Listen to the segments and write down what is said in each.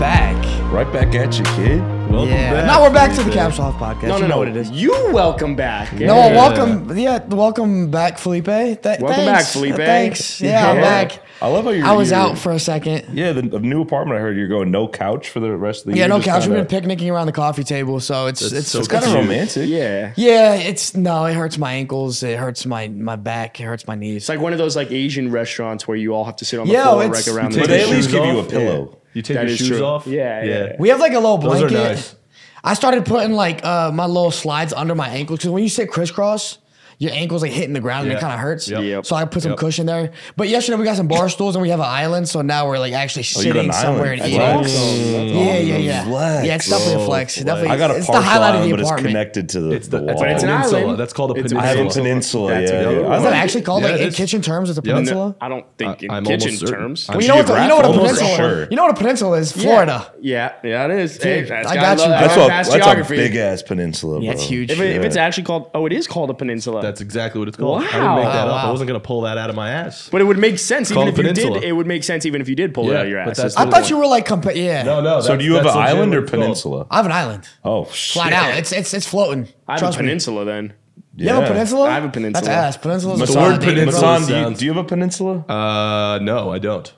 back. Right back at you, kid. Welcome yeah. back. Now we're back to the Caps Off podcast. No, You no, know no. what it is. You welcome back. No, Yeah. welcome. Yeah, welcome back, Felipe. Th- welcome back, Felipe. Thanks. Yeah, I'm Yeah. back. I love how you. I was you're- out for a second. Yeah, the, the new apartment. I heard you're going no couch for the rest of the Yeah, year. no just couch. We've kinda- been picnicking around the coffee table, so it's it's, so it's Kind kind of of. cute. romantic. Yeah. Yeah, it's no. It hurts my ankles. It hurts my my back. It hurts my knees. It's like one of those like Asian restaurants where you all have to sit on the Yo, floor it's- like around But the they at your least shoes give you a off? pillow. You take That your is shoes true. off. Yeah, yeah. We have like a little Those are blanket. nice. I started putting like uh, my little slides under my ankles because when you sit crisscross, your ankles like hitting the ground and Yeah. it kind of hurts. Yep. Yep. So I put some Yep. cushion there. But yesterday we got some bar stools and we have an island, so now we're like actually Oh, you got sitting an somewhere island. and eating. Flex. Oh, Yeah, yeah, yeah, Flex. Oh, yeah. It's definitely a Whoa, flex. flex. Definitely, I got a it's partial the highlight island, of but the it's apartment. connected to the, It's the, the wall. but it's an island. peninsula. That's called a It's an peninsula. I have a peninsula. That's yeah, the yeah. other I Is one. that actually called Yeah, like it in is. kitchen terms? It's a Yeah. peninsula. I don't think in I- I'm kitchen almost certain. terms. I'm Well, you know what? The, you know what a Geographic. peninsula. Sure. You know what a peninsula is? Florida. Yeah, yeah, it is. Hey, Dude, that's I gotta got love you, bro. that. That's, a, That's that's a geography. big ass peninsula. Yeah, bro. it's huge. if, it, if Yeah. it's actually called, oh, it is called a peninsula. That's exactly what it's called. I didn't Wow. make that Oh, up. wow. I wasn't gonna pull that out of my ass. but it would make sense even called if a you did. peninsula. It would make sense even if you did pull it Yeah, out of your but ass. that's It's- I the thought you were like compa- yeah. No, no. So do you have an that's legit island what or it's called. peninsula? I have an island. Oh shit! Flat out. It's it's it's floating. I have a Trust me. peninsula then. You have a peninsula? I have a peninsula. That's ass. Peninsula's a The lot word of dating, bro. peninsula. sounds- Do you, do you have a peninsula? Uh, no, I don't.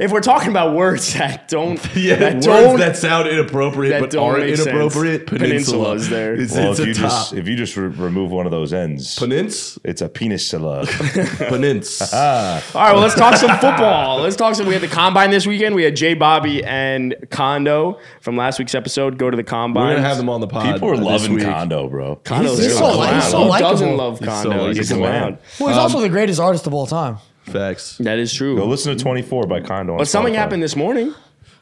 If we're talking about words that don't, Yeah, that words don't, that sound inappropriate that but don't aren't make sense. inappropriate. Peninsula Peninsula's there. It's, well, it's if you a top. just if you just re- remove one of those ends, Penins, it's a peninsula. penins. All right, well, let's talk some football. Let's talk some. We had the combine this weekend. We had Jay Bobby and Condo from last week's episode go to the combine. We're gonna have them on the pod. People are this loving week. Condo, bro. Condo's He's a so clown. li- he's so Who doesn't likable. love He's so Condo? He's, a likable. clown. Well, he's also the greatest artist of all time. Facts. That is true. Go listen to 24 by Condo. on But something Spotify. happened this morning.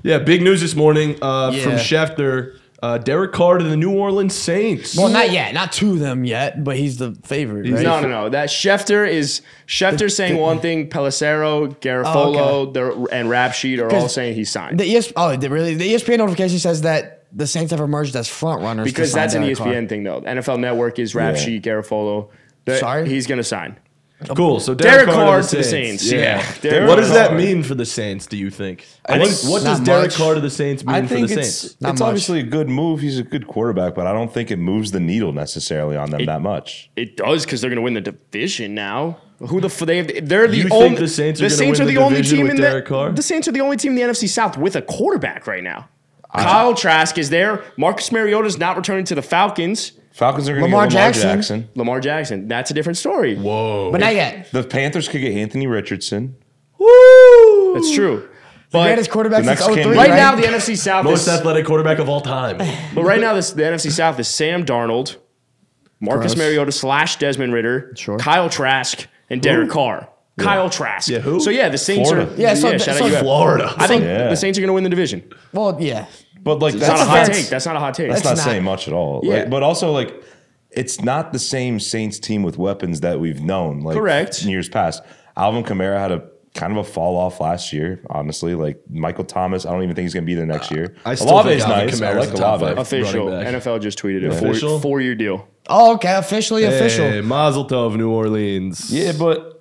Yeah, big news this morning uh, from Yeah. Schefter. Uh, Derek Carr to the New Orleans Saints. Well, not yet. Not to them yet, but he's the favorite. Right? No, no, no. That Schefter is Schefter saying one thing. Pelissero, Oh, Garofolo, the- and Rap Sheet are all saying he signed The ES- oh, the, really? The ESPN notification says that the Saints have emerged as front runners. to because sign that's an E Derek Carr. ESPN thing though. NFL Network is Rap Yeah. Sheet, Garofolo. That- Sorry? he's gonna sign. Cool. So Derek Derek, Carr, to the Saints. Yeah. Derek What does Carr. that mean for the Saints? Do you think? I what think- what Not does Derek much. Carr to the Saints mean I for think the it's Saints? Not it's much. obviously a good move. He's a good quarterback, but I don't think it moves the needle necessarily on them that much. It does because they're gonna win the division now. Who the f- they have, they're the You think only the Saints are gonna win the division with in Derek Carr? the the Saints are the only team in the NFC South with a quarterback right now. Kyle Trask is there. Marcus Mariota's not returning to the Falcons. Falcons are going to get Lamar Lamar Jackson. Jackson. Lamar Jackson, that's a different story. Whoa. But not yet. The Panthers could get Anthony Richardson. Woo! That's true. The But greatest quarterback The since next 03, candidate. right, right? now, the NFC South Most is athletic quarterback of all time. But right now, this, the NFC South is Sam Darnold, Marcus Gross. Mariota slash Desmond Ritter, Sure. Kyle Trask, and Derek Carr. Kyle Trask. Yeah, who? So yeah, the Saints Florida. are. Yeah, so- shout out so- you guys. Florida. I think Yeah. the Saints are going to win the division. well, yeah. But like That's that's not a hot offense. take. That's not a hot take. That's not, It's not. saying much at all. Like, Yeah. but also like it's not the same Saints team with weapons that we've known like Correct. in years past. Alvin Kamara had a kind of a fall off last year, honestly. Like Michael Thomas, I don't even think he's gonna be there next year. I still think Alvin Kamara's a top Olave. five. official. Running back. NFL just tweeted it. Official? Four, four year deal. Oh, okay. Officially Hey, official. Mazel Tov, New Orleans. Yeah, but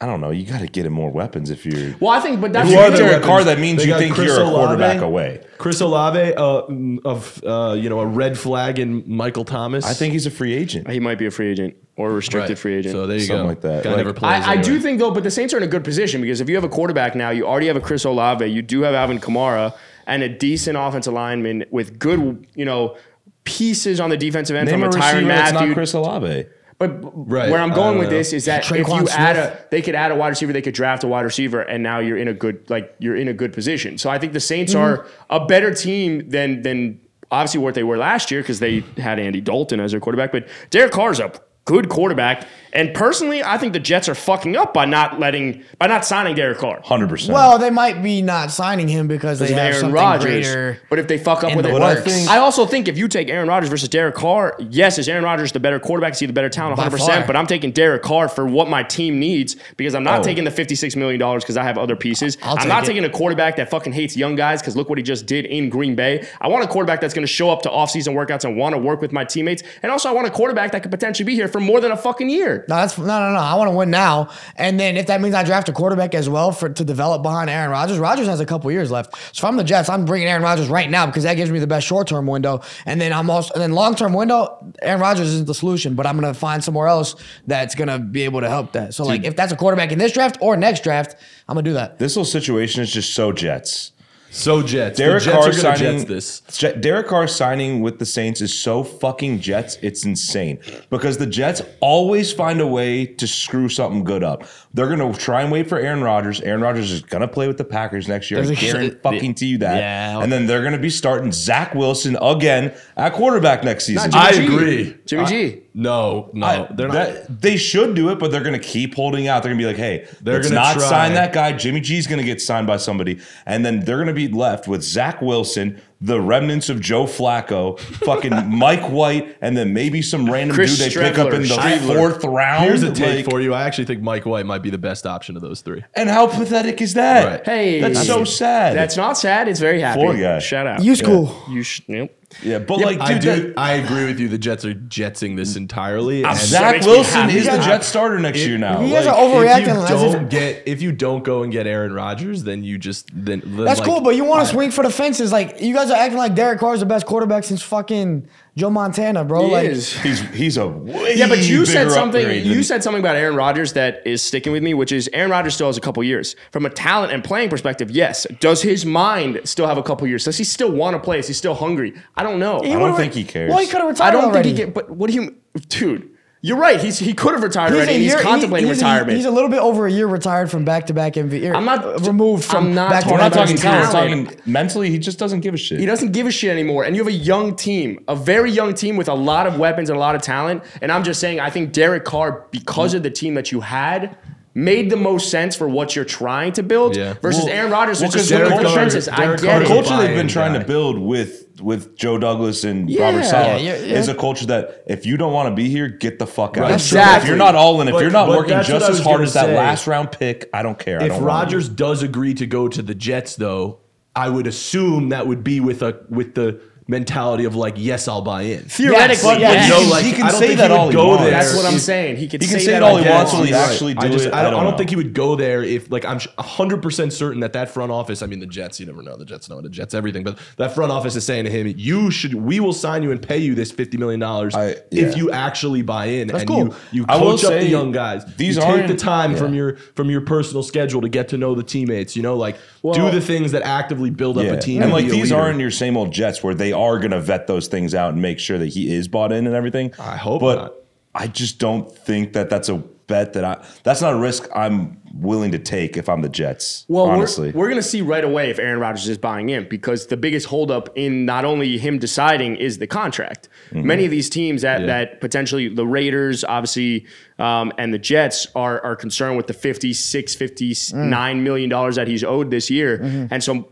I don't know. You got to get him more weapons if you're. Well, I think, but that's If you are are their Derek weapons? Carr, that means They you got think Chris you're a Olave. quarterback away. Chris Olave uh, of uh, you know a red flag in Michael Thomas. I think he's a free agent. he might be a free agent or a restricted free agent. So there you Something go. like that. Guy Like- never plays. I, I do anyway. think though, but the Saints are in a good position because if you have a quarterback now, you already have a Chris Olave, you do have Alvin Kamara, and a decent offensive lineman with good, you know, pieces on the defensive end Name a from a receiver Tyron that's not Matthew. Chris Olave. but Right, where I'm I going don't with know. this is that if Tre'Quan you add a, Smith. they could add a wide receiver, they could draft a wide receiver, and now you're in a good like you're in a good position. So I think the Saints are a better team than than obviously what they were last year because they had Andy Dalton as their quarterback, but Derek Carr is a Good quarterback, and personally, I think the Jets are fucking up by not letting, by not signing Derek Carr. Hundred percent. Well, they might be not signing him because they Of have Aaron something Rodgers. greater. But if they fuck up in with the it, works. But I think- I also think if you take Aaron Rodgers versus Derek Carr, yes, is Aaron Rodgers the better quarterback? Is he the better talent? By 100%. far. But I'm taking Derek Carr for what my team needs because I'm not Oh. taking the $56 million because I have other pieces. I'll i am take not it. taking a quarterback that fucking hates young guys because look what he just did in Green Bay. I want a quarterback that's going to show up to offseason workouts and want to work with my teammates. And also, I want a quarterback that could potentially be here for more than a fucking year. No, that's no, no, no. I want to win now, and then if that means I draft a quarterback as well for to develop behind Aaron Rodgers. Rodgers has a couple years left, so if I'm the Jets, I'm bringing Aaron Rodgers right now because that gives me the best short term window, and then I'm also and then long term window. Aaron Rodgers isn't the solution, but I'm gonna find somewhere else that's gonna be able to help that. So like, if that's a quarterback in this draft or next draft, I'm gonna do that. This whole situation is just so Jets. So Jets. Derek the Jets Carr are going to signing Jets this. Je- Derek Carr signing with the Saints is so fucking Jets. It's insane because the Jets always find a way to screw something good up. They're gonna try and wait for Aaron Rodgers. Aaron Rodgers is gonna play with the Packers next year. I There's a- guarantee fucking to you that. Yeah. And then they're gonna be starting Zach Wilson again at quarterback next season. Jimmy I G. agree. Jimmy I- G. No, no, I- Oh, they're not. that- they should do it, but they're going to keep holding out. They're going to be like, "Hey, They're let's gonna not try. sign that guy. Jimmy G's going to get signed by somebody, and then they're going to be left with Zach Wilson, the remnants of Joe Flacco, fucking Mike White, and then maybe some random Chris dude they pick up in the Streveler, Streveler. fourth round. Here's a take Like, for you. I actually think Mike White might be the best option of those three. And how pathetic is that? Right. Hey, that's so sad. That's not sad. It's very happy. Poor guy. Shout out. You school. You sh- nope. yeah, but like, dude, I do. that- I agree with you. The Jets are jetsing this entirely. and That Zach makes me Wilson happy. is the Yeah. Jet starter next year now. You guys Like, are overreacting If as you if- don't get, if you don't go and get Aaron Rodgers, then you just then. then, That's like, cool, but you want to swing for the fences. Like you guys are acting like Derek Carr is the best quarterback since fucking Joe Montana, bro. He like is. he's he's a way Yeah, but you said bigger something. upgrade You than- said something about Aaron Rodgers that is sticking with me, which is Aaron Rodgers still has a couple years from a talent and playing perspective. Yes, does his mind still have a couple years? Does he still want to play? Is he still hungry? I don't know. he don't would've think he cares. Well, he could have retired. I don't already. think he get. But what do you, dude? You're right. He's he could have retired He's a already. and year- he's he- contemplating he's a- retirement. he's a little bit over a year retired from back to back MVP. I'm not- uh, removed from I'm not back to We're talking- not back. talking Talent. talent. We're talking mentally. He just doesn't give a shit. He doesn't give a shit anymore. And you have a young team, a very young team with a lot of weapons and a lot of talent. And I'm just saying, I think Derek Carr, because of the team that you had, made the most sense for what you're trying to build Yeah. versus Well- Aaron Rodgers, well, which is 'cause the Derek Carr- consensus. I Derek get the Carr- it. culture they've been Buying trying to guy. build with with Joe Douglas and Robert Yeah. Sala Yeah, yeah, is yeah. a culture that if you don't want to be here, get the fuck out. That's If Exactly. you're not all in, if But- you're not but working that's what just I as was hard gonna as that say. last round pick, I don't care. I If don't want you. Rodgers does agree to go to the Jets, though, I would assume that would be with a with the mentality of like, yes, I'll buy in. Theoretically, But- yes. yes. You No, He- like, he can I don't say think that he would all he go wants. there. that's what I'm He- saying. He could he can say, say that it all he again. wants till he You're right. actually I do just, it. I don't, I don't know. think he would go there if, like, I'm 100% certain that that front office, I mean, the Jets, you never know, the Jets know, the Jets everything, but that front office is saying to him, you should, we will sign you and pay you this $50 million I- yeah. if you actually buy in. and cool. You, you I will coach up the say young guys. these you take aren't- the time from yeah. your from your personal schedule to get to know the teammates, you know, like, do Well- the things that actively build up Yeah. a team. And be like a these leader. aren't your same old Jets where they are going to vet those things out and make sure that he is bought in and everything. I hope but not. I just don't think that that's a bet that I that's not a risk I'm willing to take if I'm the Jets. Well, we're- honestly, we're, going to see right away if Aaron Rodgers is buying in because the biggest holdup in not only him deciding is the contract. Many of these teams that, that potentially the Raiders, obviously, um, and the Jets are, are concerned with the 56, 59 million dollars that he's owed this year. And so,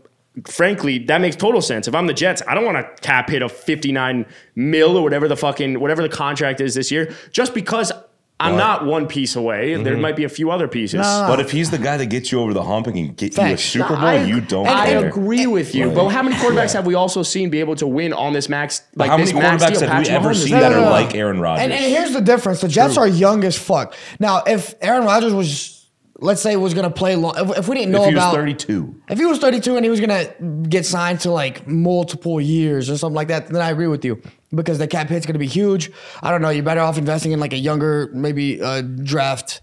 frankly, that makes total sense. If I'm the Jets, I don't want to cap hit a 59 mil or whatever the fucking, whatever the contract is this year, just because. I'm not one piece away. There might be a few other pieces. But if he's the guy that gets you over the hump and can get you a Facts. Super No, Bowl, I- you don't I care. agree with you, but how many quarterbacks have we also seen be able to win on this max? Like how this many max quarterbacks deal? have we Patrick ever Mahomes is seen not- that are like Aaron Rodgers? And, and here's the difference: the Jets are young as fuck. Now, if Aaron Rodgers was, let's say, was gonna play long, if, if we didn't know if he was about 32, If he was 32 and he was gonna get signed to like multiple years or something like that, then I agree with you because the cap hit's gonna be huge. I don't know. You're better off investing in like a younger, maybe uh, draft,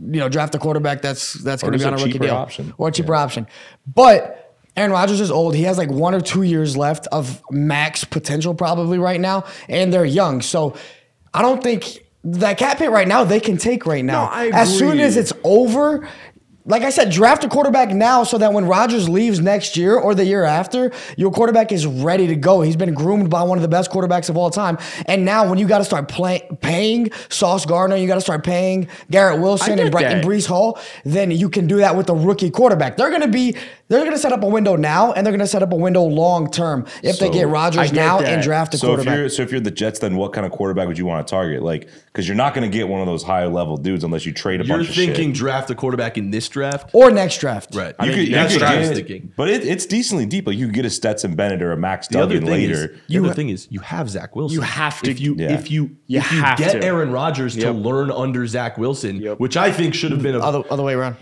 you know, draft a quarterback that's that's gonna be just on a a rookie cheaper deal option. or a cheaper option. But Aaron Rodgers is old. He has like one or two years left of max potential probably right now, and they're young. So I don't think that cap hit right now they can take right now. I As soon agree. as it's over, like I said, draft a quarterback now so that when Rodgers leaves next year or the year after, your quarterback is ready to go. He's been groomed by one of the best quarterbacks of all time. And now when you got to start play, paying Sauce Gardner, you got to start paying Garrett Wilson get and, Bre- and that. Brees Hall, then you can do that with a rookie quarterback. They're going to be, they're going to set up a window now and they're going to set up a window long term if they So, get I Rodgers get now that. and draft a so if quarterback. you're so if you're the Jets, then what kind of quarterback would you want to target? Like, because you're not going to get one of those higher level dudes unless you trade a You're bunch of shit. thinking draft a quarterback in this draft. or next draft. Right. You I mean, could, you that's could what I was get- thinking. But it, it's decently deep. Like you could get a Stetson Bennett or a Max The other Duggan thing later. is, the other thing is, you have Zach Wilson. You have to- If you Yeah. if you You if you have get to. Aaron Rodgers to Yep. learn under Zach Wilson, Yep. which I think should have been a Other other way around.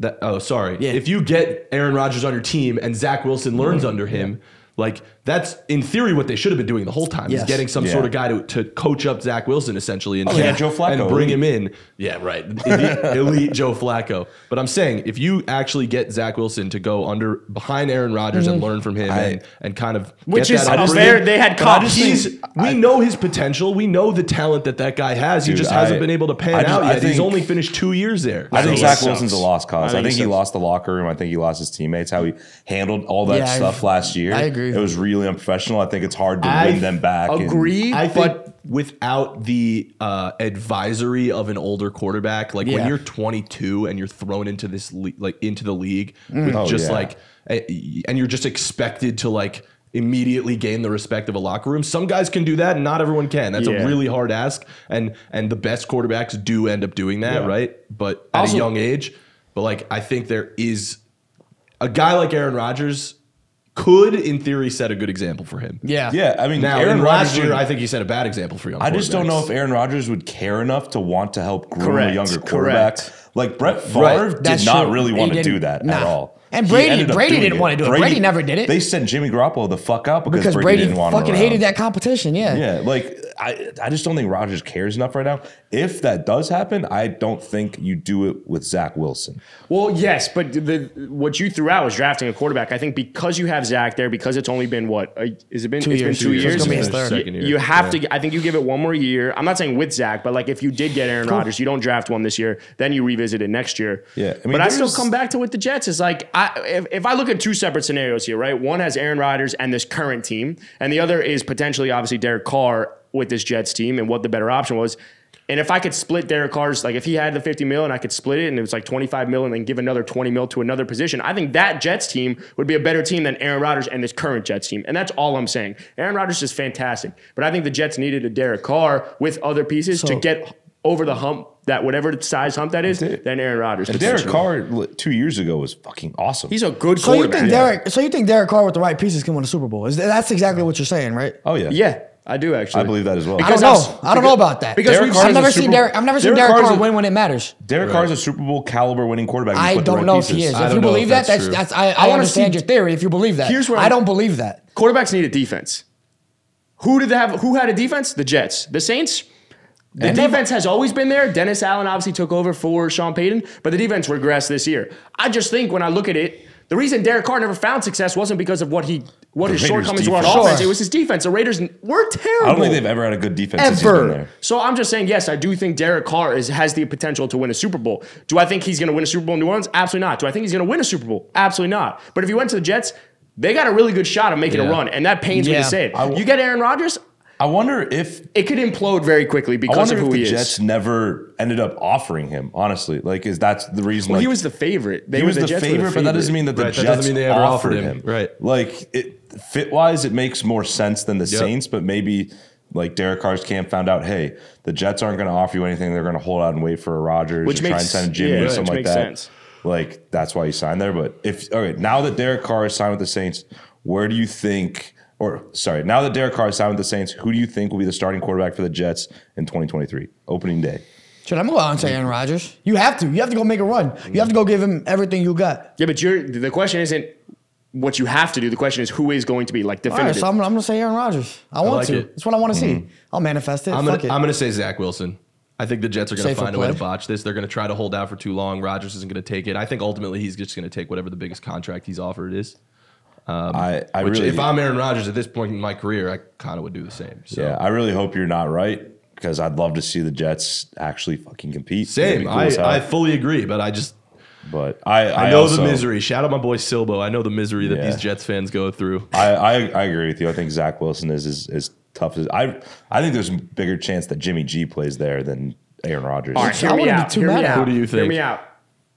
That, oh, sorry. If you get Aaron Rodgers on your team and Zach Wilson learns under him, like that's in theory what they should have been doing the whole time Yes. is getting some Yeah. sort of guy to, to coach up Zach Wilson essentially and, Oh, yeah, Joe Flacco, and bring elite. him in. Yeah, right. Elite, elite Joe Flacco. But I'm saying if you actually get Zach Wilson to go under behind Aaron Rodgers and learn from him and, and kind of Which get is that fair. upbringing, They had but I comps. just think- we know his potential. We know the talent that that guy has. he Dude, just hasn't I- been able to pan I just- out I yet. He's think- only finished two years there. I think he Zach sucks. Wilson's a lost I cause. I think think, he he sucks. lost the locker room. I think he lost his teammates. How he handled all that Yeah, I- stuff last year. I agree. It was really unprofessional. I think it's hard to I win them back. and- Agree, I think but without the uh, advisory of an older quarterback, like Yeah. when you're 22 and you're thrown into this le- like into the league with Oh, just yeah. like a- and you're just expected to like immediately gain the respect of a locker room. Some guys can do that, and not everyone can. That's Yeah. a really hard ask, and and the best quarterbacks do end up doing that, Yeah. right? But at Also- a young age. But like, I think there is a guy like Aaron Rodgers could, in theory, set a good example for him. Yeah. yeah, I mean, Now, Aaron in last Rodgers. year, would- I think he set a bad example for young. I just don't know if quarterbacks. Aaron Rodgers would care enough to want to help groom Correct, a younger correct. quarterback. Like Brett Favre Right, did that's not true. really He want to didn't- do that at nah. all. And He Brady- ended up Brady doing didn't wanna do it. Brady never did it. They sent Jimmy Garoppolo the fuck out because, Because Brady, Brady, didn't want him fucking around. hated that competition. Yeah. Yeah, like I, I just don't think Rodgers cares enough right now. If that does happen, I don't think you do it with Zach Wilson. Well, yes, but the what you threw out was drafting a quarterback. I think because you have Zach there, because it's only been what a, has it been? Two years. been two Two years. years. It's gonna be his You- third. Second year. You have Yeah. to. I think you give it one more year. I'm not saying with Zach, but like if you did get Aaron Rodgers, you don't draft one this year, then you revisit it next year. Yeah, I mean, but I still there's- come back to with the Jets. Is like I if, if I look at two separate scenarios here, right? One has Aaron Rodgers and this current team, and the other is potentially obviously Derek Carr with this Jets team and what the better option was. And if I could split Derek Carr's, like if he had the 50 mil and I could split it and it was like 25 mil and then give another 20 mil to another position, I think that Jets team would be a better team than Aaron Rodgers and this current Jets team. And that's all I'm saying. Aaron Rodgers is fantastic, but I think the Jets needed a Derek Carr with other pieces to So- get over the hump, that whatever size hump that is, it. than Aaron Rodgers. And Derek potentially. Carr li- two years ago was fucking awesome. He's a good So you quarterback. think Derek? So you think Derek Carr with the right pieces can win a Super Bowl? Is that- that's exactly what you're saying, right? oh yeah, Yeah, I do actually. I believe that as well. I don't Because know. I've- I don't know about that. because Derek we've- Carr I've is a never Super- seen Derek. I've never seen Derek Derek Carr's Carr a- win when it matters. Derek Carr's a Super Bowl caliber winning quarterback. if you I put the don't right know if pieces. he is. I If don't you know if believe that, that's that's true. that's I, I I wanna understand see- your theory. If you believe that, Here's where I I'm- don't believe that. quarterbacks need a defense. Who did they have? Who had a defense? The Jets. The Saints. The And- defense has always been there. Dennis Allen obviously took over for Sean Payton, but the defense regressed this year. I just think when I look at it, the reason Derek Carr never found success wasn't because of what he what his Raiders' shortcomings were on defense. offense. Sure. It was his defense. The Raiders n- were terrible. I don't think they've ever had a good defense since he's Ever. been there. So I'm just saying, yes, I do think Derek Carr is, has the potential to win a Super Bowl. Do I think he's going to win a Super Bowl in New Orleans? Absolutely not. Do I think he's going to win a Super Bowl? Absolutely not. But if he went to the Jets, they got a really good shot of making a Yeah. run, and that pains me Yeah. to say it. I w- you get Aaron Rodgers, I wonder if it could implode very quickly I because wonder of if who the he is. Jets never ended up offering him. Honestly, like is that's the reason? well, like, he was the favorite. They he were was the, Jets were favorite, but that doesn't mean that the Right, that Jets doesn't mean they ever offered offered him. him. Right. Like it, fit wise, it makes more sense than the Yep. Saints, but maybe like Derek Carr's camp found out, hey, the Jets aren't going to offer you anything. They're going to hold out and wait for a Rodgers, Which or makes- try and sign a Jimmy yeah, or which something like makes that. sense. Like that's why he signed there. But if all right, now that Derek Carr is signed with the Saints, where do you think? Or sorry, now that Derek Carr is signed with the Saints, who do you think will be the starting quarterback for the Jets in 2023 opening day? Should I move on to Aaron Rodgers? You have to. You have to go make a run. You have to go give him everything you got. Yeah, but you're, the question isn't what you have to do. The question is who is going to be like All right, definitive. so I'm, I'm gonna say Aaron Rodgers. I want like to. it. It's what I want to see. I'll manifest it. I'm Fuck gonna, it. I'm gonna say Zach Wilson. I think the Jets are gonna Safer find a way to play. botch this. They're gonna try to hold out for too long. Rodgers isn't gonna take it. I think ultimately he's just gonna take whatever the biggest contract he's offered is. I, I Which really, if I'm Aaron Rodgers at this point in my career, I kind of would do the same. So. Yeah, I really hope you're not right because I'd love to see the Jets actually fucking compete. It'd be Same. cool I, as hell. I fully agree, but I just but I, I, I know also- the misery. Shout out my boy Silbo. I know the misery that Yeah. these Jets fans go through. I, I, I agree with you. I think Zach Wilson is as, as tough as I. I think there's a bigger chance that Jimmy G plays there than Aaron Rodgers. All right, I hear me wouldn't be out. too Hear me mad at out. Who do you Hear think? me out.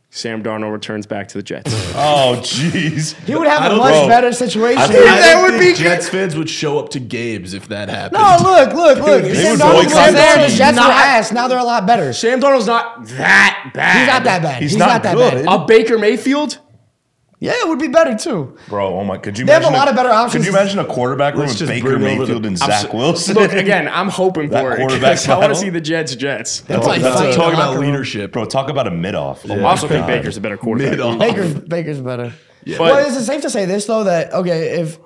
Sam Darnold returns back to the Jets. Oh, jeez. He would have I a don't much know. better situation. I think- I that don't would think be Jets fans would show up to Gabe's if that happened. No, look, look, look. They Sam would Darnold was boycott the there. The team. Jets were ass. Now they're a lot better. He's Sam Darnold's not that bad. not that bad. He's, He's not, not that good. bad. A Baker Mayfield? Yeah, it would be better too. Bro, oh my, could you They have imagine a lot of better options. Could you imagine a quarterback room Let's with just Baker bring over Mayfield the- and I'm Zach so- Wilson? Look, again, I'm hoping That for it. quarterback 'cause I want battle? to see the Jets Jets. That's Talk- like that's fighting a, in talk the about locker room. leadership. Bro, talk about a mid-off. Oh Yeah. my I also think God. Baker's a better quarterback. Mid off. Baker, Baker's better. But- well, is it safe to say this though that okay, if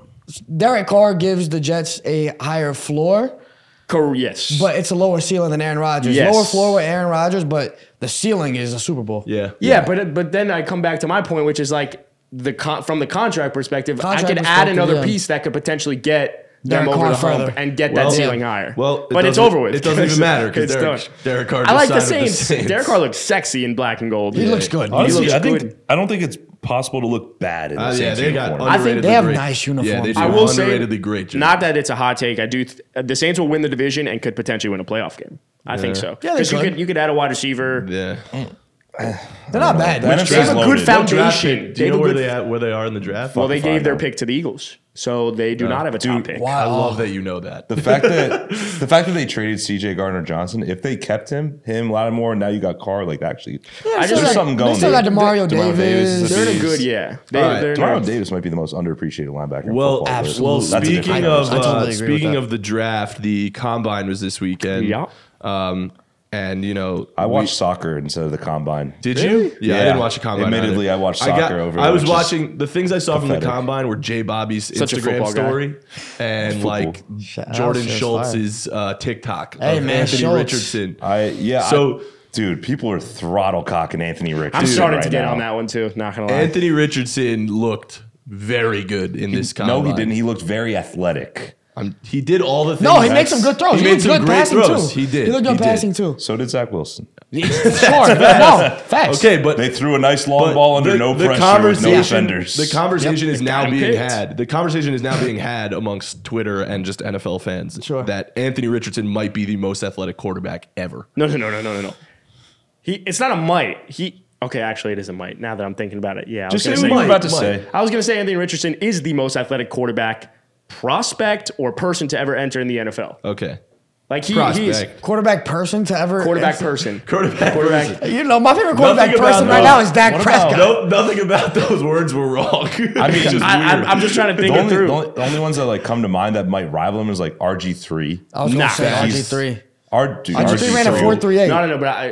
Derek Carr gives the Jets a higher floor, Cor- yes. but it's a lower ceiling than Aaron Rodgers. Yes. Lower floor with Aaron Rodgers, but the ceiling is a Super Bowl. Yeah. yeah, but but then I come back to my point, which is like the con- from the contract perspective, I Contract could add perspective, another yeah. piece that could potentially get them Derek over Carr the hump further. and get Well, that ceiling yeah. higher. Well, it but it's doesn't- over with. it doesn't even matter 'cause It's Derek- done. Derek Carr I like the just signed with Saints. the Saints. Derek Carr looks sexy in black and gold. He looks good. Honestly, He looks I think good. I don't think it's possible to look bad in the Uh, yeah, Saints they got. uniform. underratedly I think they have great. nice Yeah, they uniforms. do. I will say, underratedly great. jerseys. not that it's a hot take. I do. Th- the Saints will win the division and could potentially win a playoff game. I think so. Yeah, they you could. could you could add a wide receiver. Yeah. They're not bad. Which They're draft They have a loaded. good What Draft foundation. pick. Do have you know a where good- they at? Where they are in the draft? Well, they Fucking gave their fine. pick to the Eagles, so they do not have a top pick. Wow. I love that you know that. The fact that the fact that they traded C.J. Gardner Johnson, if they kept him, him Lattimore, and now you got Carr, like actually, I just- there's something going. They still there. got Demario, Davis Davis. is They're in a Bees. good yeah. They, All right, they're in a- Demario Davis might be the most underappreciated linebacker. in Well, football, but absolutely. that's a different Speaking I of conversation. totally agree uh, with speaking that. of the draft, the combine was this weekend. Yeah. Um, and you know, I we- watched soccer instead of the combine. Did you? Yeah, I Yeah. didn't watch the combine. Admittedly, either. I watched got- soccer over it, I was which is watching the things I saw from pathetic. the combine were Jay Bobby's Such a Instagram football guy. story and like Shout out Jordan to Schultz's uh, TikTok Hey, of man, Anthony Schultz. Richardson. I yeah. So- I- dude, people are throttle cocking Anthony Richardson. I'm starting to right get now. on that one too. Not gonna lie. Anthony Richardson looked very good in this combine. No, he didn't. He looked very athletic. I'm, he did all the things. No, he I- made some good throws. He, made looked some good great passing throws. too. He did. He looked good did. passing too. So did Zach Wilson. Sure. no, facts. Okay, but They threw a nice long But ball under the- no the pressure with no conversation- defenders. The conversation is now him being picked. had. The conversation is now being had amongst Twitter and just NFL fans Sure. that Anthony Richardson might be the most athletic quarterback ever. No, no, no, no, no, no, no. He. It's not a might. He. Okay, actually, it is a might. Now that I'm thinking about it, yeah. I was Just say what gonna say, you were Mike, about to Mike. say. I was gonna say Anthony Richardson is the most athletic quarterback prospect or person to ever enter in the NFL. Okay. Like he, he's Prospect. Quarterback person to ever quarterback person. Quarterback. Quarterback. versus- You know, my favorite quarterback Nothing about person right those. now is Dak What about- Prescott. No, nothing about those words were wrong. I mean, I, I'm, I'm just trying to The think it only, through. the only- the only ones that like come to mind that might rival him is like RG three. I was Nah, gonna say RG he's- three. R dude, RG three ran a four three no, eight. no, no, but I,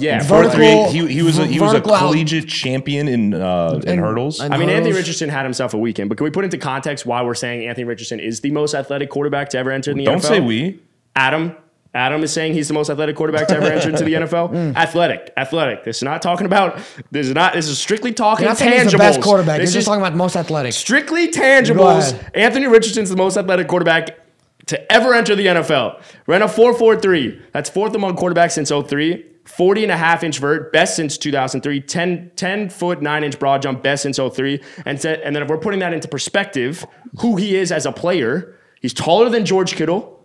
yeah, Vertical- Four three eight. He, he was a, he was a vertical out- collegiate champion in uh, in And- hurdles. and- I mean, Anthony hurdles. Richardson had himself a weekend, but can we put into context why we're saying Anthony Richardson is the most athletic quarterback to ever enter in the Don't NFL? say we. Adam. Adam is saying he's the most athletic quarterback to ever enter into the NFL. Hmm. Athletic, athletic. This is not talking about. This is not. This is strictly talking You're not saying tangibles. he's the best quarterback. You're This just is talking about most athletic. strictly Go tangibles. ahead. Anthony Richardson's the most athletic quarterback to ever enter the NFL. Ran a 4.43. That's fourth among quarterbacks since 03. 40 and a half inch vert, best since 2003. 10, 10 foot, 9 inch broad jump, best since 03. And, se- and then if we're putting that into perspective, who he is as a player, he's taller than George Kittle,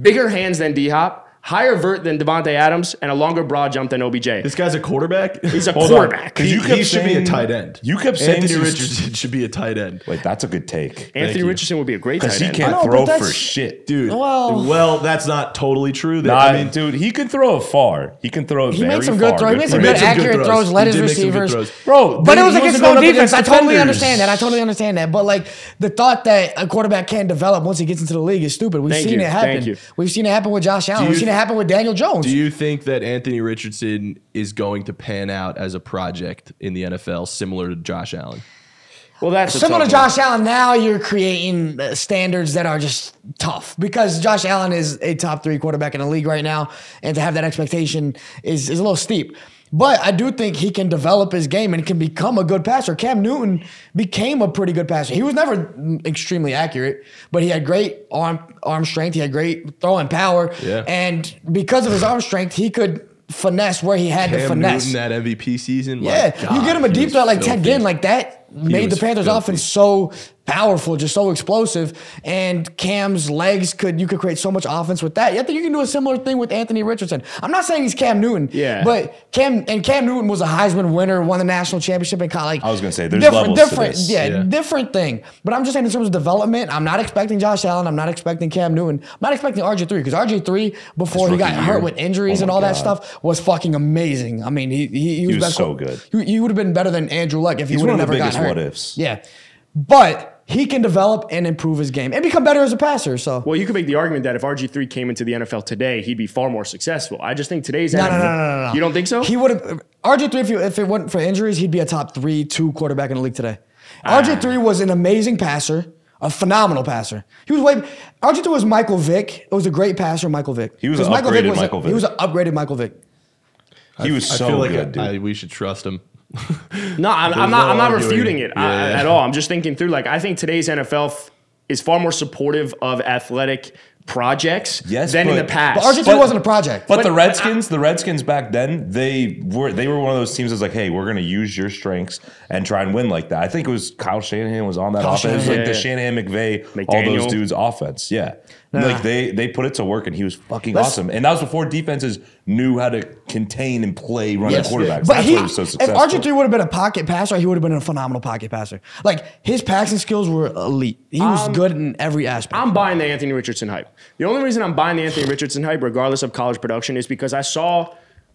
bigger hands than D Hop, higher vert than Devontae Adams, and a longer broad jump than OBJ. This guy's a quarterback. He's a Hold on. quarterback. He- He, You kept he should be a saying- tight end. you kept saying this Anthony was- Richardson should be a tight end. Wait, that's a good take. Anthony you. Richardson would be a great Because tight he end. can't I know, throw but for that's- shit, Dude, Well- well, that's not totally true. That, Nah, I mean, dude, he can throw it far. He can throw it. He very made some good far. throws. He made some for good, him. some good accurate throws. throws. Led He his did make some good receivers, throws. bro. But dude, it was he against wasn't no going up defense. against I totally defenders. understand that. I totally understand that. But like the thought that a quarterback can develop once he gets into the league is stupid. We've Thank seen you. it happen. Thank you. We've seen it happen with Josh Allen. Do We've you- seen it happen with Daniel Jones. Do you think that Anthony Richardson is going to pan out as a project in the NFL, similar to Josh Allen? Well, that's a Similar to tough one. Josh Allen, now you're creating uh, standards that are just tough because Josh Allen is a top three quarterback in the league right now, and to have that expectation is, is a little steep. But I do think he can develop his game and can become a good passer. Cam Newton became a pretty good passer. He was never mm, extremely accurate, but he had great arm arm strength. He had great throwing power, Yeah. and because of his arm strength, he could finesse where he had to Cam finesse. Newton that MVP season. my Yeah, God, you get him a he deep was threat like filthy. Ted Ginn like that. made was the Panthers filthy. offense so powerful, just so explosive. And Cam's legs could you could create so much offense with that. I think you can do a similar thing with Anthony Richardson. I'm not saying he's Cam Newton, Yeah. but Cam and Cam Newton was a Heisman winner, won the national championship, and kind of like I was gonna say, there's different, levels to different, this. yeah, Yeah. different thing. But I'm just saying in terms of development, I'm not expecting Josh Allen, I'm not expecting Cam Newton, I'm not expecting RG three because RG three before he rookie got year. hurt with injuries Oh and my all that God. stuff was fucking amazing. I mean, he he, he was, was best so quar- good. He, would have been better than Andrew Luck if he He's would have one of never the got biggest hurt. what-ifs. Yeah, but he can develop and improve his game and become better as a passer. So Well, you could make the argument that if RG3 came into the NFL today, he'd be far more successful. I just think today's no, no, no, no, no, no. You don't think so? He would have RG three if, he- if it wasn't for injuries, he'd be a top three, two quarterback in the league today. Ah. RG three was an amazing passer, a phenomenal passer. He was way RG three was Michael Vick. It was a great passer, Michael Vick. He was Because an upgraded was a- Michael He was an Vick. upgraded Michael Vick. He was I so feel like good, I- dude. I- we should trust him. No, I'm, I'm not. There's no I'm not arguing. refuting it I- Yeah, yeah. at all. I'm just thinking through. Like, I think today's NFL f- is far more supportive of athletic projects Yes, than in but- the past. But RG three But- wasn't a project. But, the But- Redskins, the Redskins back then, they were they were one of those teams that's like, hey, we're going to use your strengths and try and win like that. I think it was Kyle Shanahan was on that Kyle offense, It was Shanahan. like the Yeah, Shanahan McVay, all McDaniel. those dudes' offense. Yeah, Nah. like they they put it to work, and he was fucking Let's- awesome. And that was before defenses knew how to contain and play running Yes. quarterbacks. But that's he, why he was so if successful. RG three would have been a pocket passer, he would have been a phenomenal pocket passer. Like his passing skills were elite. He was Um, good in every aspect. I'm buying the Anthony Richardson hype. The only reason I'm buying the Anthony Richardson hype, regardless of college production, is because I saw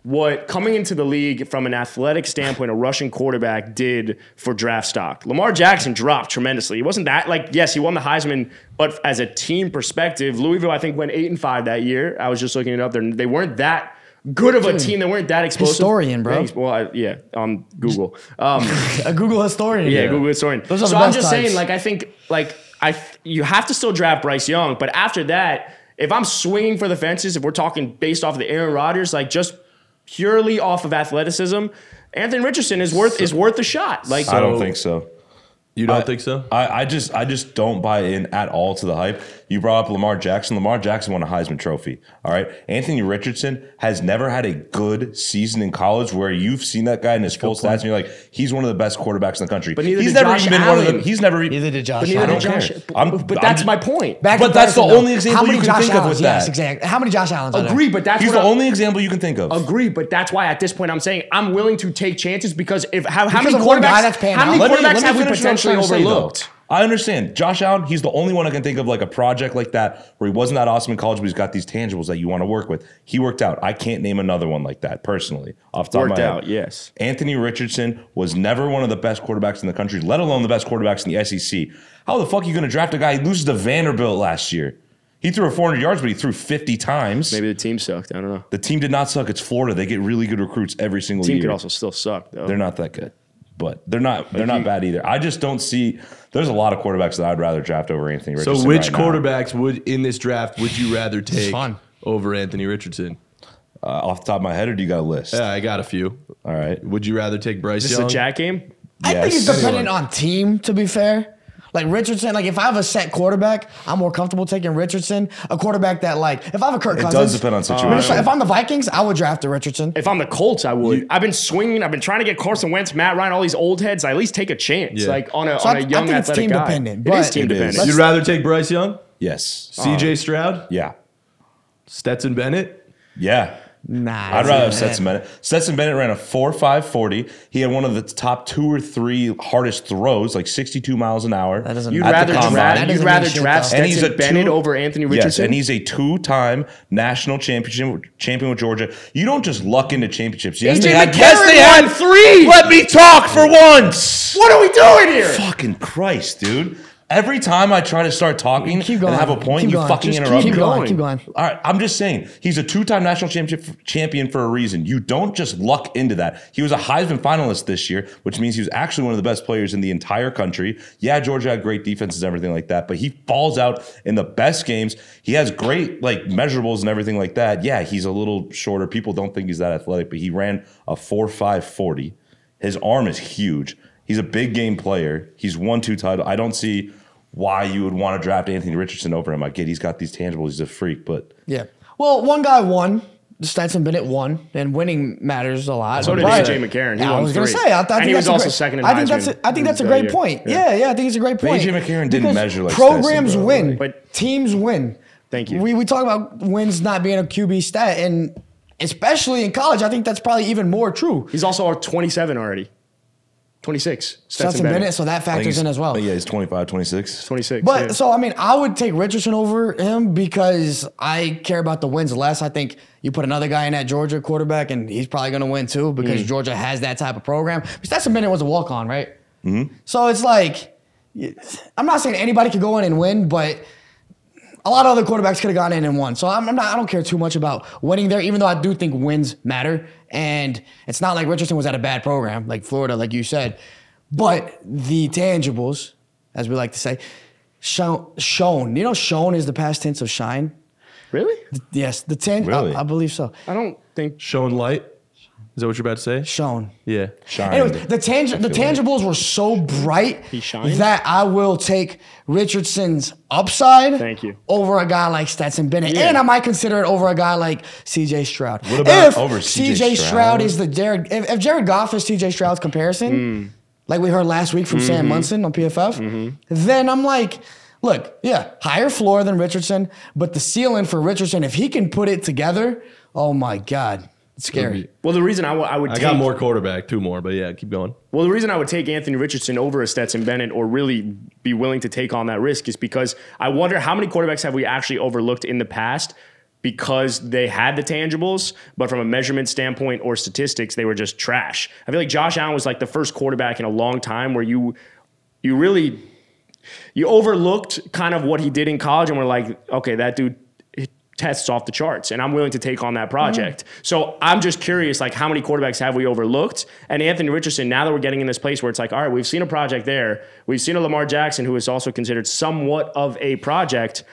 what coming into the league from an athletic standpoint, a Russian quarterback did for draft stock. Lamar Jackson dropped tremendously. It wasn't that like yes, he won the Heisman, but as a team perspective, Louisville I think went eight and five that year. I was just looking it up. They're, they weren't that good of a team. They weren't that explosive. historian, bro. Thanks. Well, I, yeah, on Google. Um, a Google historian. yeah, Google historian. Those are so the I'm best just types. saying, like, I think, like, I th- you have to still draft Bryce Young, but after that, if I'm swinging for the fences, if we're talking based off of the Aaron Rodgers, like just purely off of athleticism, Anthony Richardson is worth is worth a shot. Like, I don't So- think so. You don't think so? I, I just I just don't buy in at all to the hype. You brought up Lamar Jackson. Lamar Jackson won a Heisman Trophy. All right. Anthony Richardson has never had a good season in college where you've seen that guy in his full stats and you're like, he's one of the best quarterbacks in the country. But neither he's did never Josh even been one of Allen. the he's never e- Neither did Josh But Allen. I don't neither did care. Josh- I'm- but I'm that's ju- my point. Back in But that's the comparison, only example How many you can Josh think of Allens? with yes, that. Exactly. How many Josh Allen's? are there? agree, but that's He's what the I'm- only example you can think of. Agree, but that's why at this point I'm saying I'm willing to take chances because if how, how Because many of one guy quarterbacks that's paying how many out. Let me- quarterbacks let me have we finish what I'm potentially trying to say, though. overlooked? I understand. Josh Allen, he's the only one I can think of like a project like that where he wasn't that awesome in college, but he's got these tangibles that you want to work with. He worked out. I can't name another one like that personally. Off the top Worked of my head. out, yes. Anthony Richardson was never one of the best quarterbacks in the country, let alone the best quarterbacks in the SEC. How the fuck are you going to draft a guy who loses to Vanderbilt last year? He threw a 400 yards, but he threw 50 times. Maybe the team sucked. I don't know. The team did not suck. It's Florida. They get really good recruits every single The team year. could also still suck though. They're not that good, but they're not they're not bad either. I just don't see. There's a lot of quarterbacks that I'd rather draft over Anthony So, Richardson. which right now. quarterbacks would in this draft would you rather take fun. over Anthony Richardson? Uh, off the top of my head, or do you got a list? Yeah, I got a few. All right. Would you rather take Bryce Is this Young? a Jack game? I think it's Yes. dependent on team. To be fair, like Richardson, like if I have a set quarterback, I'm more comfortable taking Richardson, a quarterback that like if I have a Kirk It Cousins. does depend on situation. Minnesota- if I'm the Vikings, I would draft the Richardson. If I'm the Colts, I would. I've been swinging. I've been trying to get Carson Wentz, Matt Ryan, all these old heads. I at least take a chance, Yeah. like on a, So on I- a I young think it's athletic team guy. dependent, it is but- team It is. dependent. You'd rather take Bryce Young, yes. C.J. Stroud, Yeah. Stetson Bennett. Yeah. Nah, I'd rather have that's it. Stetson Bennett. Stetson Bennett ran a 4 5 40. He had one of the top two or three hardest throws, like 62 miles an hour. That doesn't- You'd At the rather combine. That draft. You'd doesn't rather mean shit, draft though. Stetson Bennett over Anthony Richardson. Yes, and he's a two-time national championship champion with Georgia. You don't just luck into championships. Yes, AJ they had, McCarron yes, they won had three. Let me talk for once. what are we doing here? Fucking Christ, dude. Every time I try to start talking Keep going. and have a point, Keep you going. fucking Just interrupt Keep me. going. Keep going. All right, I'm just saying he's a two-time national championship champion for a reason. You don't just luck into that. He was a Heisman finalist this year, which means he was actually one of the best players in the entire country. Yeah, Georgia had great defenses and everything like that, but he falls out in the best games. He has great like measurables and everything like that. Yeah, he's a little shorter. People don't think he's that athletic, but he ran a 4-5-40. His arm is huge. He's a big game player. He's won two titles. I don't see why you would want to draft Anthony Richardson over him. I get he's got these tangibles. He's a freak, but Yeah. Well, one guy won. Stetson Bennett won, and winning matters a lot. So did But- A.J. McCarron. He I won was gonna three. say, I, I And think he was that's a also great- second in I think Heisman that's a, I think that's a that great year. point. Yeah. Yeah. yeah, I think it's a great point. A.J. McCarron didn't Because measure like programs Stetson, bro. win, Like- but teams win. Thank you. We we talk about wins not being a QB stat, and especially in college, I think that's probably even more true. He's also 27 already. 26. Stetson, Stetson Bennett, so that I think factors he's- in as well. Yeah, he's 25, 26. 26. But yeah. so I mean, I would take Richardson over him because I care about the wins less. I think you put another guy in that Georgia quarterback, and he's probably going to win too because Georgia has that type of program. But Stetson Bennett was a walk on, right? So it's like y- I'm not saying anybody could go in and win, but a lot of other quarterbacks could have gone in and won. So I'm, I'm not. I don't care too much about winning there, even though I do think wins matter. And it's not like Richardson was at a bad program like Florida, like you said. But the tangibles, as we like to say, shown. shown. You know, shown is the past tense of shine. really? Yes, the tan. I- Really? I, believe so. I don't think. Showing light. Is that what you're about to say? Shown. Yeah. Shined. Anyways, the tang- the tangibles were so bright shined? that I will take Richardson's upside Thank you. over a guy like Stetson Bennett. Yeah. And I might consider it over a guy like CJ Stroud. What about if over CJ CJ Stroud? Stroud? is the Jared if, if Jared Goff is CJ Stroud's Hmm. comparison, like we heard last week from Mm-hmm. Sam Munson on PFF, then I'm like Look, yeah, higher floor than Richardson, but the ceiling for Richardson, if he can put it together, oh my God, it's scary. Well, the reason I wa- I would I take, got more quarterback, two more, but yeah, keep going. Well, the reason I would take Anthony Richardson over a Stetson Bennett or really be willing to take on that risk is because I wonder how many quarterbacks have we actually overlooked in the past because they had the tangibles, but from a measurement standpoint or statistics, they were just trash. I feel like Josh Allen was like the first quarterback in a long time where you you really you overlooked kind of what he did in college and were like, okay, that dude tests off the charts and I'm willing to take on that project. So I'm just curious, like how many quarterbacks have we overlooked? And Anthony Richardson, now that we're getting in this place where it's like, all right, we've seen a project there. We've seen a Lamar Jackson who is also considered somewhat of a project.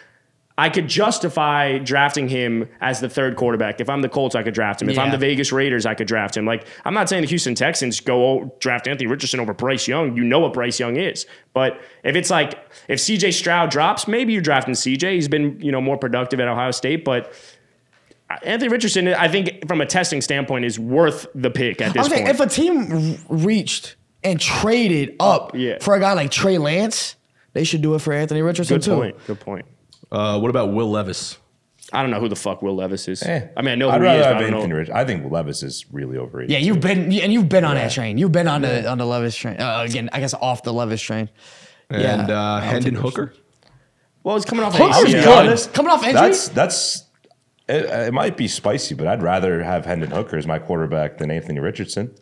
I could justify drafting him as the third quarterback. If I'm the Colts, I could draft him. If I'm Yeah. the Vegas Raiders, I could draft him. Like, I'm not saying the Houston Texans go oh, draft Anthony Richardson over Bryce Young. You know what Bryce Young is. But if it's like, if CJ Stroud drops, maybe you're drafting CJ. He's been, you know, more productive at Ohio State. But Anthony Richardson, I think from a testing standpoint, is worth the pick at this I'm saying if point. a team r- reached and traded up Oh, yeah. for a guy like Trey Lance, they should do it for Anthony Richardson Good too. point. Good point. Uh, what about Will Levis? I don't know who the fuck Will Levis is. Eh. I mean, I know who I'd he is, rather but I have don't know. Anthony Rich. I think Levis is really overrated. Yeah, you've been and you've been on that train. You've been on the on the Levis train. Uh, again, I guess off the Levis train. And Yeah. uh, Hendon Hooker? Well, he's coming off Hooker's an be ACL. good. honest, Coming off injury, That's that's. It, it might be spicy, but I'd rather have Hendon Hooker as my quarterback than Anthony Richardson.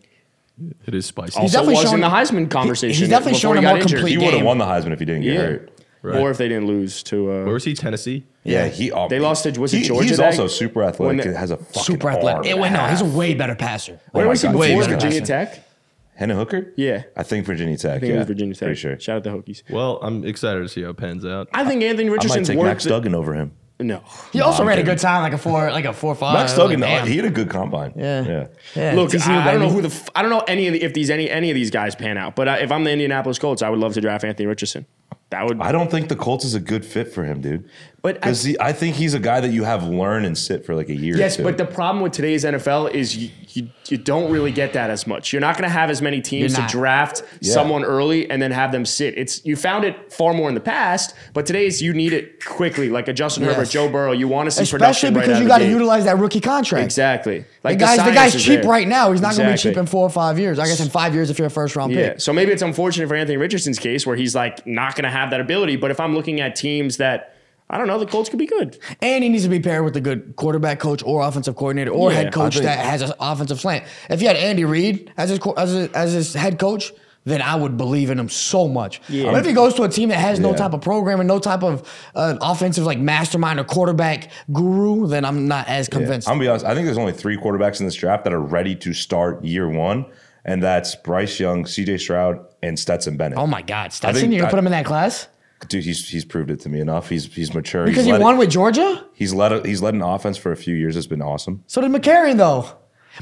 It is spicy. He's So definitely was shown- in the Heisman conversation. he's definitely before shown he a got more injured. complete He would have game. won the Heisman if he didn't get Yeah. hurt. Right. Or if they didn't lose to uh, Where's he? Tennessee? Yeah, he. oh, They lost to- was it he- Georgia He's that- also super athletic. when they- has a fucking super athletic. Arm It went no, he's a half. way better passer. Where Oh was he my God, before? he's gonna Virginia pass it. Tech? I Hendon Hooker. Yeah. I think Virginia Tech. think yeah, it was Virginia Tech. Pretty sure. Shout out the Hokies. Well, I'm excited to see how it pans out. I think Anthony I might Richardson's take Max worth. the- Duggan over him. No. He also I'm ran a kidding. good time, like a four, like a four five. Max Duggan, like, though, damn. he had a good combine. Oh, Yeah. yeah. Yeah, Look, TCU, I, I don't know baby. who the f- I don't know any of the, if these any any of these guys pan out. But uh, if I'm the Indianapolis Colts, I would love to draft Anthony Richardson. That would. I don't think the Colts is a good fit for him, dude. But I- because I, think he's a guy that you have learn and sit for like a year. Yes, or two. but the problem with today's NFL is you, you, you don't really get that as much. You're not going to have as many teams You're to not. draft Yeah. someone early and then have them sit. It's you found it far more in the past, but today's you need it quickly, like a Justin Yes. Herbert, Joe Burrow. You want to see especially production right out because of you the got to gate. utilize that rookie contract. exactly. Like The guy's the science guy's is cheap there. right now. He's not going to be Exactly. cheap in four or five years. I guess in five years if you're a first round Yeah. pick. So maybe it's unfortunate for Anthony Richardson's case where he's like not going to have that ability. But if I'm looking at teams that I don't know, the Colts could be good. And he needs to be paired with a good quarterback coach or offensive coordinator or Yeah, I head coach think- that has an offensive slant. If you had Andy Reid as his co- as his, as his head coach, then I would believe in him so much. Yeah. But if he goes to a team that has no Yeah. type of program and no type of uh, offensive like mastermind or quarterback guru, then I'm not as Yeah. convinced. I'm gonna be honest. I think there's only three quarterbacks in this draft that are ready to start year one, and that's Bryce Young, C.J. Stroud, and Stetson Bennett. oh my God, Stetson, think you're gonna I- put him in that class Dude, he's he's proved it to me enough. He's he's mature. because he's he led, won with Georgia. He's led. A, he's led an offense for a few years. It's been awesome. So did McCarron though.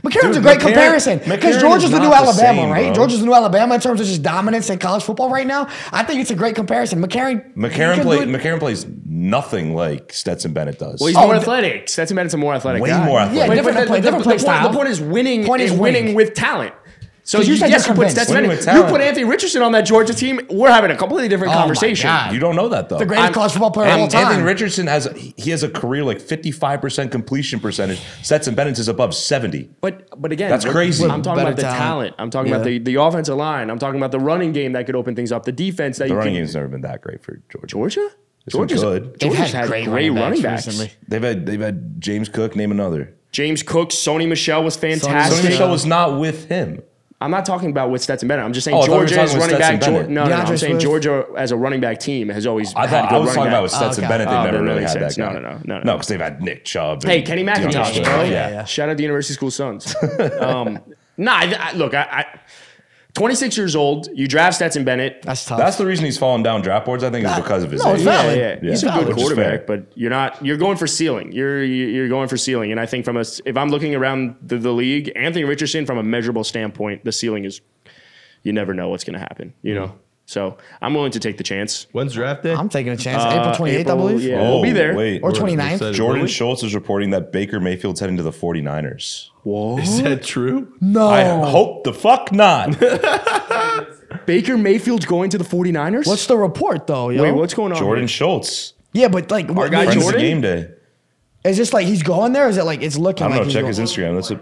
McCarron's Dude, a great McCarron- comparison McCarron because is Georgia's the not new the Alabama, same, right? bro. Georgia's the new Alabama in terms of just dominance in college football right now. I think it's a great comparison. McCarron, he McCarron can played. do it- McCarron plays nothing like Stetson Bennett does. Well, he's Oh, more th- athletic. Stetson Bennett's a more athletic Way guy. more athletic. Yeah, But- different, the- play, the- different the play point- style. The point is winning. Point is is winning winning. with talent. So 'Cause you you, said yes, you're you put convinced. Stetson Winning Bennett. with You talent. put Anthony Richardson on that Georgia team. We're having a completely different Oh my conversation. God. you don't know that though. the greatest I'm- college football player of all And time. Anthony Richardson has he he has a career like 55% completion percentage. Stetson Bennett is above 70. But but again, That's we're- crazy. I'm talking Better about the talent. talent. I'm talking about the, Yeah. the offensive line. I'm talking about the running game that could open things up. The defense that The you running can, game's never been that great for Georgia. Georgia. It's been good. They've Georgia's had great, running backs. recently. They've had they've had James Cook name another. James Cook, Sony Michelle was Sony fantastic. Michel- Michel was not with him. I'm not talking about with Stetson Bennett. I'm just saying Oh, I thought we were Georgia talking is with running Stetson back. Geor- Bennett. no, no, no, I'm DeAndre saying Swift. Georgia as a running back team has always. I had thought good I was running talking about backs. with Stetson okay. Bennett. They Oh, never that really makes had sense. that. No, guy. no, no, no, no. because they've had Nick Chubb. Hey, and Kenny DeAndre McIntosh, Swift. bro. Yeah. yeah. Shout out to University School Sons. um, nah, I, I, look, I, I, 26 years old. You draft Stetson Bennett. That's tough. That's the reason he's fallen down draft boards. I think is because of his no, age. it's not. Yeah, valid. yeah, Yeah. he's a Valid, good which is quarterback, fair. but you're not. You're going for ceiling. You're you're going for ceiling, and I think from a if I'm looking around the, the league, Anthony Richardson, from a measurable standpoint, the ceiling is. You never know what's going to happen. You know, so I'm willing to take the chance. When's draft day? I'm taking a chance. Uh, April 28th, I April, believe. yeah. Oh, We'll be there. Wait, Or Jordan- 29th. Said- Jordan Really? Schultz is reporting that Baker Mayfield's heading to the 49ers. Is that true? No. I hope the fuck not. Baker Mayfield's going to the 49ers. what's the report, though, yo? Wait, what's going on? Jordan here? Schultz. Yeah, but like, what, guy what- Friends of Jordan? game day. is this like he's going there? Or is it like it's looking I don't like know. he's Check going- his Instagram. That's a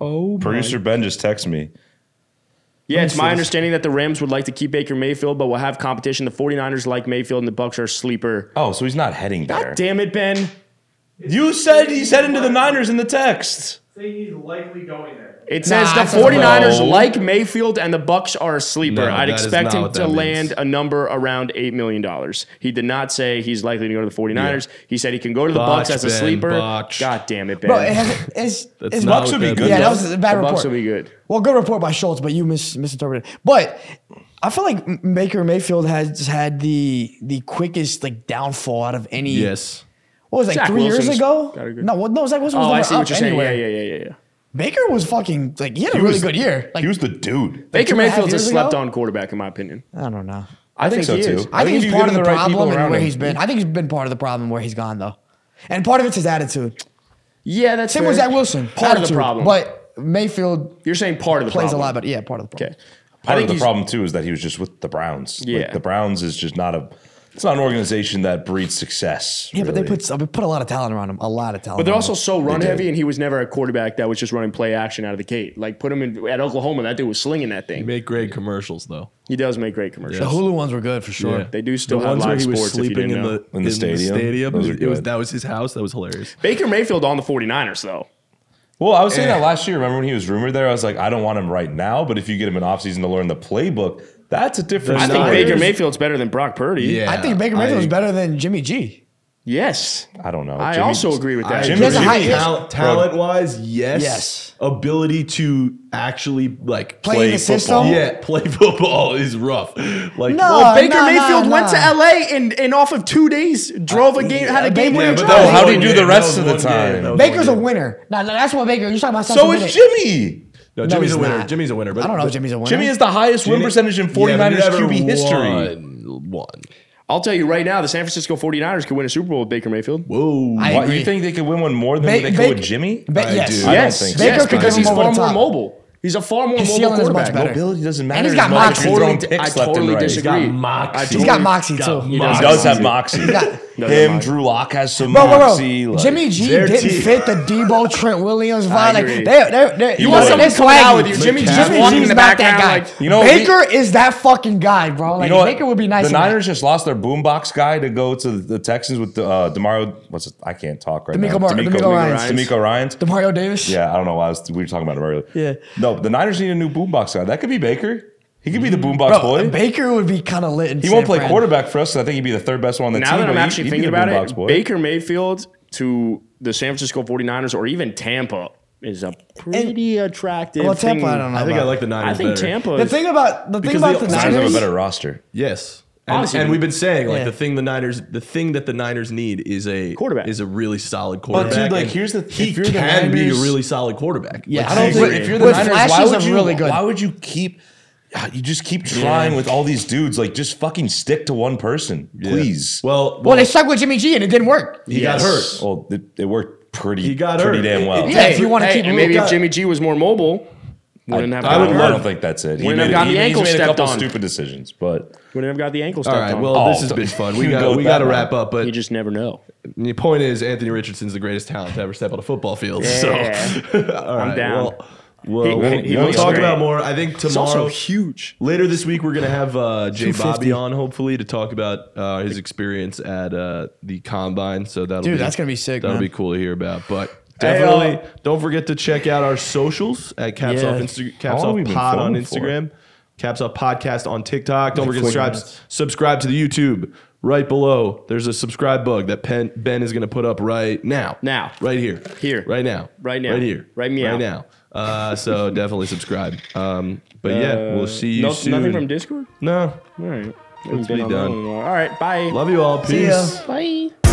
Oh, my producer Ben just texted me. Yeah, it's see my this. understanding that the Rams would like to keep Baker Mayfield, but will have competition. The 49ers like Mayfield, and the Bucks are a sleeper. Oh, so he's not heading there. God damn it, Ben. You said he's heading to the Niners in the text. say he's likely going there. It Nah, says that doesn't- the 49ers No. like Mayfield and the Bucks are a sleeper. No, I'd that is expect not him what to that means. land a number around $8 million. He did not say he's likely to go to the 49ers. He said he can go to the Botch, Bucks as a Ben, sleeper. botch. God damn it, Ben. Bro, it has, it's, That's it's not Bucks would what be that good, means. Yeah, that was a bad the report. Bucks will be good. Well, good report by Schultz, but you mis- misinterpreted. it. But I feel like M- Baker Mayfield has just had the the quickest like downfall out of any. Yes. What was it, like Zach three Wilson's years ago? got a good- No, what, no, Zach Wilson was Oh, never I see up what you're anywhere. saying. Yeah, yeah, yeah, yeah, yeah. Baker was fucking like he had a really was- good year. Like he was the dude. Like Baker two and a half Mayfield's a years slept ago? on quarterback, in my opinion. I don't know. I, think, so, he too. is. I, I think, think if he's you part of give him the, the right people problem and around where him- he's been. I think he's been part of the problem where he's gone though, and part of it's his attitude. Yeah, that's Same fair. with Zach Wilson. Part of attitude, the problem. but Mayfield You're saying part of the plays problem. a lot better. Yeah, part of the problem. Okay. Part I think of the he's- problem too is that he was just with the Browns. Like, Yeah. the Browns is just not a. It's not an organization that breeds success. Yeah, but they really. put they put a lot of talent around him. A lot of talent. But they're around also him. so run do. heavy, and he was never a quarterback that was just running play action out of the gate. Like put him in at Oklahoma, that dude was slinging that You thing. make great commercials though. He does make great the commercials. Hulu ones were good for sure. They do still the have ones where live he was sports, if you sleeping in didn't the, know. In the stadium? Those are It was good. that was his house. That was hilarious. Baker Mayfield on the 49ers though. Well, I was saying that last year. Remember when he was rumored there? I was like, I don't want him right now. But if you get him in offseason to learn the playbook, that's a different. I I No, think story. Baker there's- Mayfield's better than Brock Purdy. I think Baker Mayfield is better than Jimmy G. Yes. I don't know. I Jimmy- also agree with that. He has a high- he has- talent, talent wise, yes. Yes. Ability to actually like Play, Play in the football. system. yeah, play football is rough. Like No, Well, Baker nah, Mayfield nah, went to nah. LA and, and off of two days drove a game, had a game Baker- Yeah, winning but drive. that was- how do you do the rest of the time? Baker's a winner. Now, that's what Baker. You're talking about. So is is Jimmy. No, Jimmy's he's a winner. not. Jimmy's a winner. But I don't know but if Jimmy's a winner. Jimmy is the highest win Jimmy- percentage in Yeah, but 49ers never QB history. Won. One. I'll tell you right now, the San Francisco 49ers could win a Super Bowl with Baker Mayfield. Whoa. I Why, agree. you think they could win one more than Ba- they could Baker- with Jimmy? Ba- I yes. do. I don't Yes. think so. Baker yes, could because give him he's over far the more top. mobile. He's a far more His mobile ceiling is much quarterback. better. Mobility doesn't matter. And he's as got much moxie. as he's throwing Totally- I picks left and totally right. disagree. got agree. moxie. I He's got moxie Got too. moxie. He does have moxie. Does have Him, moxie. Drew Locke has some Bro, bro, bro. moxie. like- Jimmy G their didn't team. fit the Debo Trent Williams I vibe. Like, agree. they, they, they, You want they're someone to come out with you. swaggy. Jimmy Jimmy G's walking in G's the not that background. guy. Like, You know, Baker is that fucking guy, bro. Like You know what? Baker would be nice. The in that. Niners just lost their boombox guy to go to the Texans with the, uh, Demario. What's it? I can't talk right D'Amico now. Mar- D'Amico Ryans. D'Amico Ryan's. Demario Davis. Yeah, I don't know why I was, we were talking about it earlier. Yeah. No, the Niners need a new boombox guy. That could be Baker. He could be the boombox Bro, boy. Baker would be kind of lit. in he won't San play Fran. quarterback for us. So I think he'd be the third best one on the now team. that I'm but he- actually he'd be thinking the about boombox it, boy. Baker Mayfield to the San Francisco 49ers or even Tampa is a pretty attractive. Well, Tampa, thing. I don't know. I think I about. like the I Niners. think better. Tampa. The Is, thing about the thing Because about the the Niners have a Niners. better roster. Yes. And, Honestly, and we've been saying like Yeah. the thing the Niners, the thing that the Niners need is a Quarterback. is a really solid quarterback. dude, like, and here's the- he if you're the can be a Niners- really solid quarterback. Yeah, Like, I don't If you're- think- if you're the with Niners, why flashes would of you really good- why would you keep you just keep trying with all these dudes. Like, just fucking stick to one person, please. Well, Well, they stuck with Jimmy G and it didn't work. he got hurt. well, it, it worked pretty. He got pretty hurt. damn well. Yeah, if you wanna hey, keep and a maybe little if guy- Jimmy G was more mobile, wouldn't have. I, gotten don't, hurt. I don't think that's it. He Wouldn't made, have it- gotten he, the he's ankle made a stepped couple on. stupid decisions, but Wouldn't have got the ankle All stepped right. on. Well, Oh, this has th- been fun. We you got go we with got to that wrap up. But you just never know. the point is, Anthony Richardson's the greatest talent to ever step on a football field. Yeah. So, all right. down. Well, well, He- we'll, he we'll looks talk great. about more. I think It's also tomorrow, huge. later this week, we're gonna have uh, Jay 250. Bobby on, hopefully, to talk about uh, his experience at uh, the combine. So that'll Dude, be, that's gonna be sick, That'll man. be cool to hear about. But. Hey, Definitely. uh, don't forget to check out our socials at Caps Yeah. Off Insta- Caps How long have we Off been Pod on filming for? Instagram. Caps Off Podcast on TikTok. Don't forget to 40 subscribe, minutes. subscribe to the YouTube. Right below, there's a subscribe bug that Pen, Ben is going to put up right now. Now. Right here. Here. Right now. Right now. Right here. Right meow. Right now. Uh, so definitely subscribe. Um, but yeah, we'll see you Uh, no, soon. Nothing from Discord. no. All right. Let's be done. All right. Bye. Love you all. Peace. ya. Bye.